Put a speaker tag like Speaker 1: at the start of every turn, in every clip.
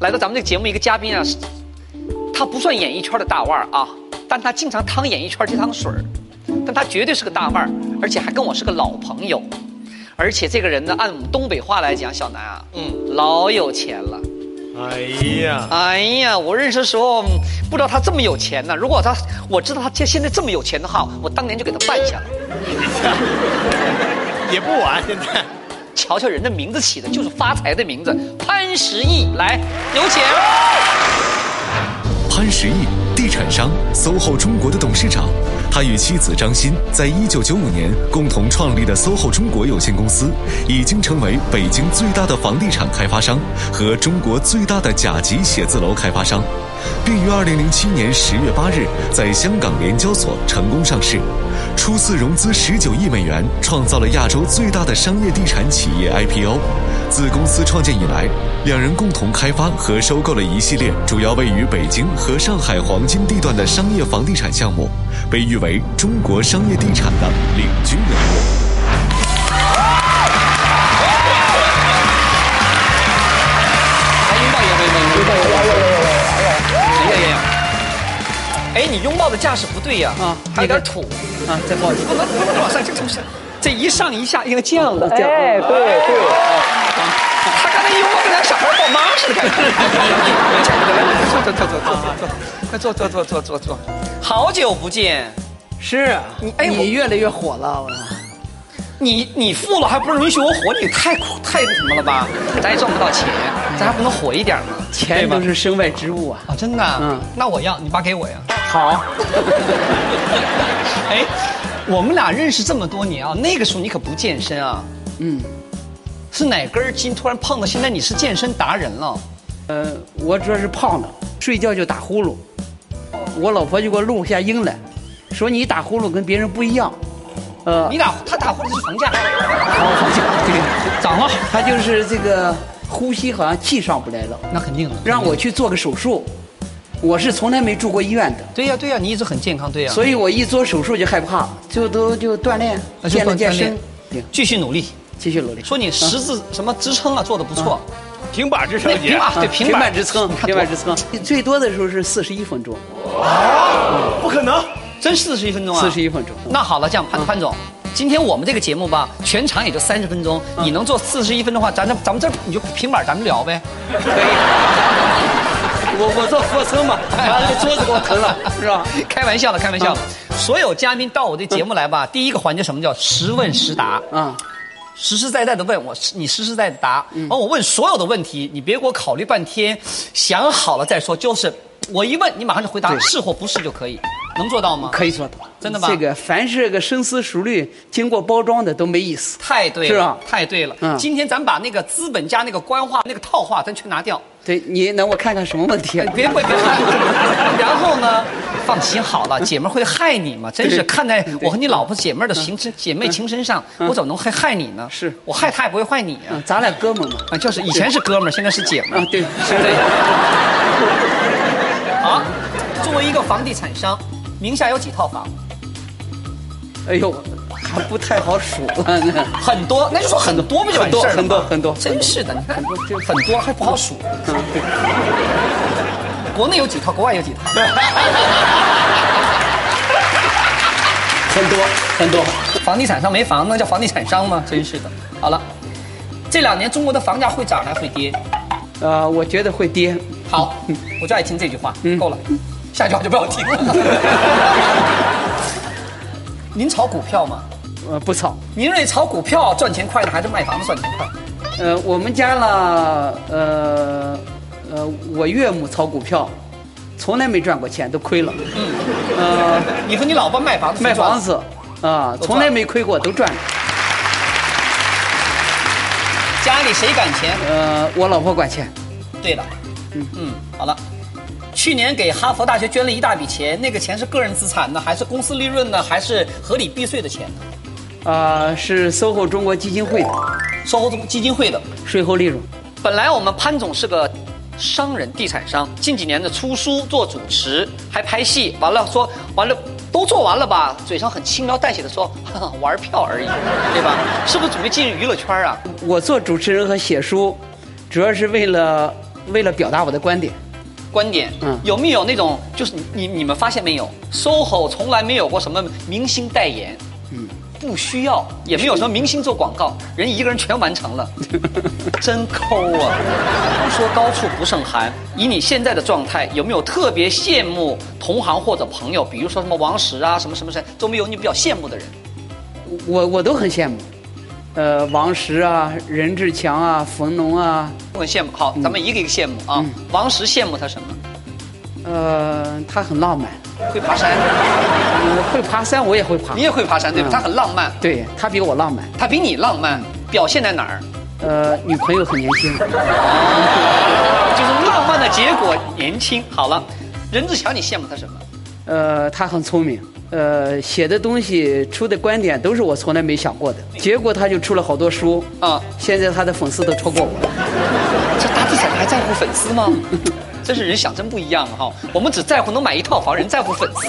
Speaker 1: 来到咱们这个节目一个嘉宾啊，是他不算演艺圈的大腕儿啊，但他经常趟演艺圈这趟水儿，但他绝对是个大腕儿，而且还跟我是个老朋友，而且这个人呢，按我们东北话来讲，小南啊，嗯，老有钱了。
Speaker 2: 哎呀，
Speaker 1: 哎呀，我认识的时候嗯不知道他这么有钱呢。如果他我知道他现现在这么有钱的话，我当年就给他办下来。
Speaker 2: 也不晚，现在
Speaker 1: 瞧瞧人的名字起的就是发财的名字，潘石屹，来，有请。
Speaker 3: 潘石屹，地产商，SOHO 中国的董事长。他与妻子张欣在1995年共同创立的 SOHO 中国有限公司，已经成为北京最大的房地产开发商和中国最大的甲级写字楼开发商，并于2007年10月8日在香港联交所成功上市，初次融资19亿美元，创造了亚洲最大的商业地产企业 IPO。自公司创建以来，两人共同开发和收购了一系列主要位于北京和上海黄金地段的商业房地产项目，被誉为中国商业地产的领军人物。
Speaker 1: 来拥抱一下，拥抱，拥抱，拥抱，哎呀呀呀！哎，你拥抱的架势不对呀，啊
Speaker 4: 啊，
Speaker 1: 还有点土，
Speaker 4: 啊，再抱一
Speaker 1: 不
Speaker 4: 个。
Speaker 1: 能不能往上，这这这一上一下应该这样的。
Speaker 4: 这样啊
Speaker 5: 哎，对对，
Speaker 1: 他刚才一拥抱跟俩小孩抱妈似的感觉。来，坐坐坐坐坐，快坐坐坐坐坐坐，好久不见，
Speaker 4: 是啊，你
Speaker 1: 哎我
Speaker 4: 你越来越火了，我操
Speaker 1: 你你富了还不允许我火，你太苦太那什么了吧？咱也赚不到钱，咱还不能火一点吗？
Speaker 4: 钱
Speaker 1: 对
Speaker 4: 都
Speaker 1: 吧
Speaker 4: 是身外之物啊。
Speaker 1: 啊，真的啊，
Speaker 4: 嗯
Speaker 1: 那我要，你爸给我呀。
Speaker 4: 好，
Speaker 1: 哎，我们俩认识这么多年啊，那个时候你可不健身啊，
Speaker 4: 嗯，
Speaker 1: 是哪根筋突然胖到现在你是健身达人了？
Speaker 4: 呃，我主要是胖的，睡觉就打呼噜，我老婆就给我录下音来，说你打呼噜跟别人不一样，呃，
Speaker 1: 你打他打呼噜是房价，
Speaker 4: 好好像哦对，
Speaker 1: 涨了，
Speaker 4: 她就是这个呼吸好像气上不来了，
Speaker 1: 那肯定的。
Speaker 4: 让我去做个手术，我是从来没住过医院的。
Speaker 1: 对呀、对呀、你一直很健康，对呀、
Speaker 4: 所以我一做手术就害怕，就都就锻炼，
Speaker 1: 那啊就
Speaker 4: 健
Speaker 1: 锻
Speaker 4: 了
Speaker 1: 锻
Speaker 4: 健
Speaker 1: 炼
Speaker 4: 身，嗯对，
Speaker 1: 继续努力。
Speaker 4: 继续努力。
Speaker 1: 说你十字什么支撑啊做的不错，
Speaker 4: 嗯
Speaker 2: 哎平板支撑
Speaker 1: 那
Speaker 2: 姐
Speaker 1: 平，板啊对平板啊
Speaker 4: 板支撑，啊平板支撑，最多的时候是四十一分钟，
Speaker 2: 不可能，
Speaker 1: 真四十一分钟啊，
Speaker 4: 四十一分嗯钟。
Speaker 1: 那好了，这样潘潘总，今天我们这个节目吧，全长也就三十分钟，
Speaker 4: 嗯
Speaker 1: 你能做四十一分钟的话，咱咱咱们这儿你就平板咱们聊呗。
Speaker 4: 我我做俯卧撑吧， 完了啊桌子给我 疼了，是吧？？嗯
Speaker 1: 开玩笑的，开玩笑的。所有嘉宾到我这节目来吧，第一个环节什么叫实问实答，
Speaker 4: 啊，
Speaker 1: 实实在在的问我，你实实在在的答。
Speaker 4: 嗯
Speaker 1: 然后我问所有的问题，你别给我考虑半天，想好了再说。就是我一问，你马上就回答是或不是就可以，能做到吗？
Speaker 4: 可以做到，
Speaker 1: 真的吗
Speaker 4: 这个凡是个深思熟虑、经过包装的都没意思。
Speaker 1: 太对了，
Speaker 4: 是吧
Speaker 1: 太对了。
Speaker 4: 嗯
Speaker 1: 今天咱把那个资本家那个官话那个套话咱全拿掉。
Speaker 4: 对你，那我看看什么问题啊？
Speaker 1: 别会别 会。然后呢，放心好了，姐妹会害你吗？真是
Speaker 4: 对嗯
Speaker 1: 看在我和你老婆姐妹的情深姐妹情深上，我怎么能会害你呢？
Speaker 4: 是
Speaker 1: 我害她也不会害你啊
Speaker 4: 啊，。咱俩哥们儿嘛。
Speaker 1: 啊，就是以前是哥们儿，现在是姐们
Speaker 4: 啊，对，是
Speaker 1: 对儿。 好，作为一个房地产商，名下有几套房？
Speaker 4: 哎呦，还不太好数了呢。
Speaker 1: 很多，那就说很多不就完事儿了吗
Speaker 4: 很多很多很多
Speaker 1: 真是的，你看
Speaker 4: 多这
Speaker 1: 很多还不好数。
Speaker 4: 嗯，对。
Speaker 1: 国内有几套，国外有几套？
Speaker 4: 很多很多。
Speaker 1: 房地产商没房，那叫房地产商吗？真是的。好了，这两年中国的房价会涨还会跌？
Speaker 4: 呃，我觉得会跌。
Speaker 1: 好，我就爱听这句话，
Speaker 4: 嗯
Speaker 1: 够了，下句话就不要听了。 您炒股票吗？
Speaker 4: 呃，不炒。
Speaker 1: 您认为炒股票赚钱快呢，还是卖房子赚钱快？
Speaker 4: 呃，我们家呢，呃，呃，我岳母炒股票，从来没赚过钱，都亏了。嗯。呃，
Speaker 1: 你和你老婆卖房子，
Speaker 4: 卖房。子，啊、
Speaker 1: 都赚
Speaker 4: 从来没亏过，都赚了。
Speaker 1: 家里谁管钱？
Speaker 4: 呃，我老婆管钱，
Speaker 1: 对了，嗯嗯，好了。去年给哈佛大学捐了一大笔钱，那个钱是个人资产呢，还是公司利润呢，还是合理避税的钱呢？
Speaker 4: 啊、是 SOHO 中国基金会的
Speaker 1: 收后基金会的。
Speaker 4: 税后利润。
Speaker 1: 本来我们潘总是个商人、地产商，近几年的出书、做主持，还拍戏，完了说完了都做完了吧，嘴上很轻描淡写的说 呵呵玩票而已，对吧？是不是准备进入娱乐圈啊？
Speaker 4: 我做主持人和写书，主要是为了为了表达我的观点，
Speaker 1: 观点，
Speaker 4: 嗯
Speaker 1: 有没有那种就是你你你们发现没有，SOHO 从来没有过什么明星代言，嗯，不需要，也没有什么明星做广 告，人一个人全完成了，真抠啊！都说高处不胜寒，以你现在的状态，有没有特别羡慕同行或者朋友，比如说什么王石啊，什么什么谁，都没有你比较羡慕的人？
Speaker 4: 我我都很羡慕。呃，王石啊，任志强啊，冯巩啊，
Speaker 1: 我很羡慕。好，咱们一个一个羡慕啊。
Speaker 4: 嗯
Speaker 1: 王石羡慕他什么？
Speaker 4: 呃，他很浪漫。
Speaker 1: 会爬山，
Speaker 4: 嗯会爬山我也会爬
Speaker 1: 你，也会爬山对吧？
Speaker 4: 嗯
Speaker 1: 他很浪漫，
Speaker 4: 对他比我浪漫。
Speaker 1: 他比你浪漫，表现在哪儿？
Speaker 4: 呃，女朋友很年轻，
Speaker 1: 就是浪漫的结果，年轻。好了，任志强，你羡慕他什么？
Speaker 4: 呃，他很聪明，呃，写的东西出的观点都是我从来没想过的，结果他就出了好多书
Speaker 1: 啊
Speaker 4: 现在他的粉丝都超过我，
Speaker 1: 这大地产还在乎粉丝吗？真是人想真不一样哈、我们只在乎能买一套房，人在乎粉丝，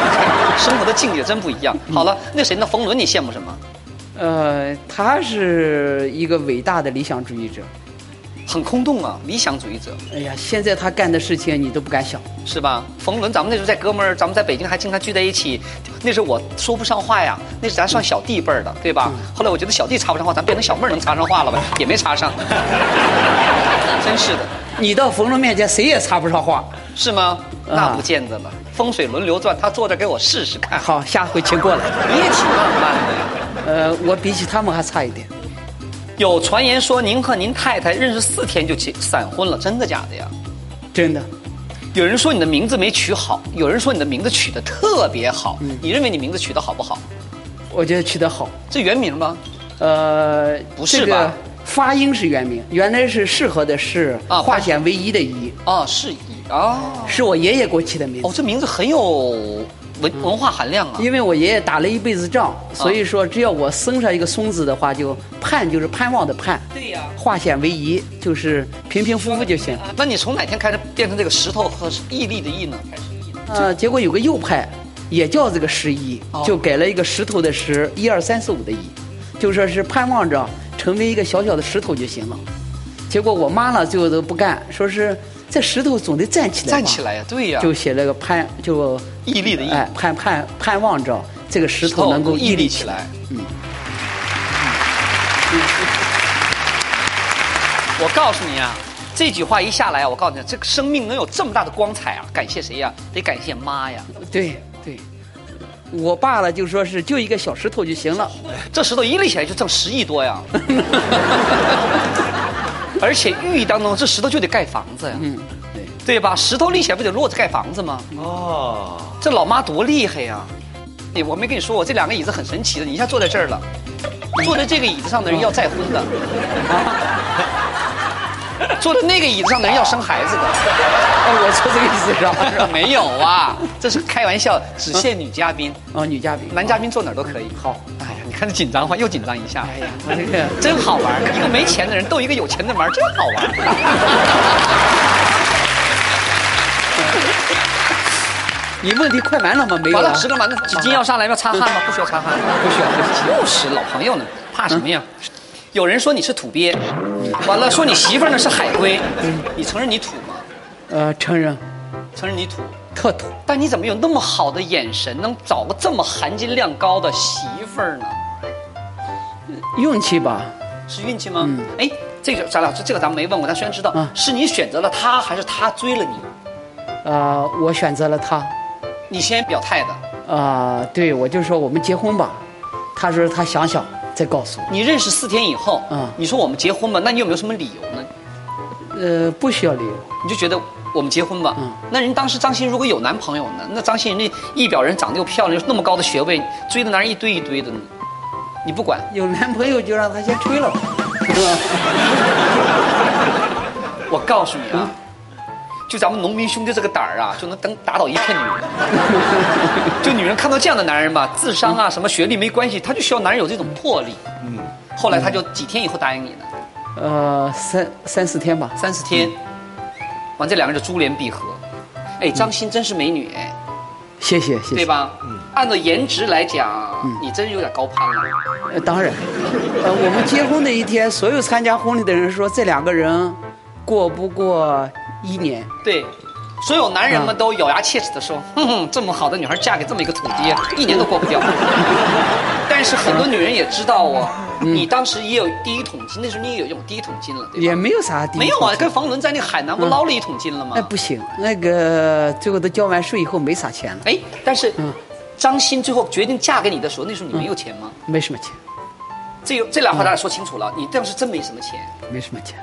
Speaker 1: 生活的境界真不一样。好了，那谁呢？冯仑，你羡慕什么？
Speaker 4: 呃，他是一个伟大的理想主义者。
Speaker 1: 很空洞啊，理想主义者
Speaker 4: 哎呀，现在他干的事情你都不敢想。
Speaker 1: 是吧？冯仑，咱们那时候在哥们儿，咱们在北京还经常聚在一起，那时候我说不上话呀，那是咱算小弟辈儿的，对吧？后来我觉得小弟插不上话，咱变成小妹儿能插上话了吧？也没插上，真是的。
Speaker 4: 你到冯仑面前，谁也插不上话。
Speaker 1: 是吗？
Speaker 4: 啊
Speaker 1: 那不见得了，风水轮流转，他坐着给我试试看。
Speaker 4: 好，下回请过来。
Speaker 1: 你也挺浪漫的呀。
Speaker 4: 呃，我比起他们还差一点。
Speaker 1: 有传言说您和您太太认识四天就结闪婚了，真的假的呀？
Speaker 4: 真的，
Speaker 1: 有人说你的名字没取好，有人说你的名字取得特别好。你认为你名字取得好不好？
Speaker 4: 我觉得取得好。
Speaker 1: 这原名吗？
Speaker 4: 呃，
Speaker 1: 不是吧
Speaker 4: 这个发音是原名，原来是适合的是
Speaker 1: 啊
Speaker 4: 化险为夷的夷，
Speaker 1: 啊，是以啊。
Speaker 4: 是我爷爷给我起的名字。
Speaker 1: 哦，这名字很有文文化含量啊。
Speaker 4: 因为我爷爷打了一辈子仗，所以说只要我生下一个孙子的话，就盼就是盼望的盼，
Speaker 1: 对呀
Speaker 4: 化险为夷就是平平复复就行。
Speaker 1: 那你从哪天开始变成这个石头和毅力的毅呢？开始
Speaker 4: 呃，结果有个右派也叫这个十一
Speaker 1: 啊哦，
Speaker 4: 就改了一个石头的石，一二三四五的一，就说是盼望着成为一个小小的石头就行了。结果我妈呢，最后都不干，说是这石头总得站起来吧，
Speaker 1: 站起来呀、对呀、
Speaker 4: 就写了个盼，就
Speaker 1: 毅力的毅。
Speaker 4: 哎盼盼盼望着这个石
Speaker 1: 石头
Speaker 4: 头能够
Speaker 1: 屹
Speaker 4: 屹
Speaker 1: 立
Speaker 4: 立
Speaker 1: 起
Speaker 4: 起来。
Speaker 1: 来。嗯。 我告诉你啊，这句话一下来啊，我告诉你，这个生命能有这么大的光彩啊，感谢谁呀、得感谢妈呀！
Speaker 4: 对对，我爸呢就说是就一个小石头就行了，
Speaker 1: 这石头一立起来就挣十亿 多呀！而且寓意当中，这石头就得盖房子呀，
Speaker 4: 嗯，对。
Speaker 1: 对吧？石头立起来不得摞着盖房子吗？
Speaker 2: 哦，
Speaker 1: 这老妈多厉害呀！哎我没跟你说，我这两个椅子很神奇的，你一下坐在这儿了，坐在这个椅子上的人要再婚的，坐在那个椅子上的人要生孩子的，
Speaker 4: 哦，我说这个意思是吧？是吧
Speaker 1: 没有啊，这是开玩笑，只限女嘉宾，
Speaker 4: 哦，女嘉宾，
Speaker 1: 男嘉宾坐哪儿都可以。
Speaker 4: 好，
Speaker 1: 哎呀，你看这紧张话又紧张一下，
Speaker 4: 哎呀，我这个。
Speaker 1: 真好玩，一个没钱的人逗一个有钱的玩儿，真好玩。
Speaker 4: 你问题快完了吗？没有啊
Speaker 1: 完
Speaker 4: 了
Speaker 1: 了，。十个馒头，纸巾要上来吗？擦汗吗？不需要擦汗，不需要。就是老朋友呢，怕什么呀？有人说你是土鳖，完了说你媳妇儿呢是海龟，你承认你土吗？
Speaker 4: 呃，承认，
Speaker 1: 承认你土，
Speaker 4: 特土。
Speaker 1: 但你怎么有那么好的眼神，能找个这么含金量高的媳妇儿呢？
Speaker 4: 运气吧，
Speaker 1: 是运气吗？哎，这个咱俩这这个咱们没问过，但虽然知道
Speaker 4: 嗯，
Speaker 1: 是你选择了他，还是他追了你？
Speaker 4: 呃，我选择了他，
Speaker 1: 你先表态的，
Speaker 4: 啊、对我就说我们结婚吧，他说他想想再告诉
Speaker 1: 你认识四天以后
Speaker 4: 嗯，
Speaker 1: 你说我们结婚吧，那你有没有什么理由呢？
Speaker 4: 我，呃，不需要理由，
Speaker 1: 你就觉得我们结婚吧。
Speaker 4: 嗯
Speaker 1: 那人当时张欣如果有男朋友呢？那张欣人家一表人长得又漂亮，又那么高的学位，追的男人一堆一堆的呢，你不管？
Speaker 4: 有男朋友就让他先吹了吧，
Speaker 1: 我告诉你啊，就咱们农民兄弟这个胆儿啊，就能等打倒一片女人。 就女人看到这样的男人吧，智商啊什么学历没关系，她就需要男人有这种魄力。嗯。后来她就几天以后答应你了，
Speaker 4: 呃，三三四天吧，
Speaker 1: 三四天，完这两个人就珠联璧合。哎，张欣真是美女哎。
Speaker 4: 谢谢谢
Speaker 1: 对
Speaker 4: 谢，
Speaker 1: 吧？按照颜值来讲，
Speaker 4: 嗯
Speaker 1: 你真有点高攀了。
Speaker 4: 呃当然，呃，我们结婚那一天，所有参加婚礼的人说这两个人过不过一年？
Speaker 1: 对，所有男人们都咬牙切齿地说：“
Speaker 4: 嗯
Speaker 1: 哼哼，这么好的女孩嫁给这么一个土鳖，
Speaker 4: 啊
Speaker 1: 一年都过不 掉。”但是很多女人也知道哦，你当时也有第一桶金，那时候你也有用第一桶金了，对吧？
Speaker 4: 嗯也没有啥地方
Speaker 1: 没有啊，跟房伦在那个海
Speaker 4: 嗯
Speaker 1: 南不捞了一桶金了吗
Speaker 4: 那？不行，那个最后都交完税以后没啥钱了，
Speaker 1: 哎，但是
Speaker 4: 嗯
Speaker 1: 张欣最后决定嫁给你的时候，那时候你没有钱吗？
Speaker 4: 没什么钱，嗯
Speaker 1: 这有这俩话咱俩说清楚了，你当时真没什么钱。
Speaker 4: 没什么钱。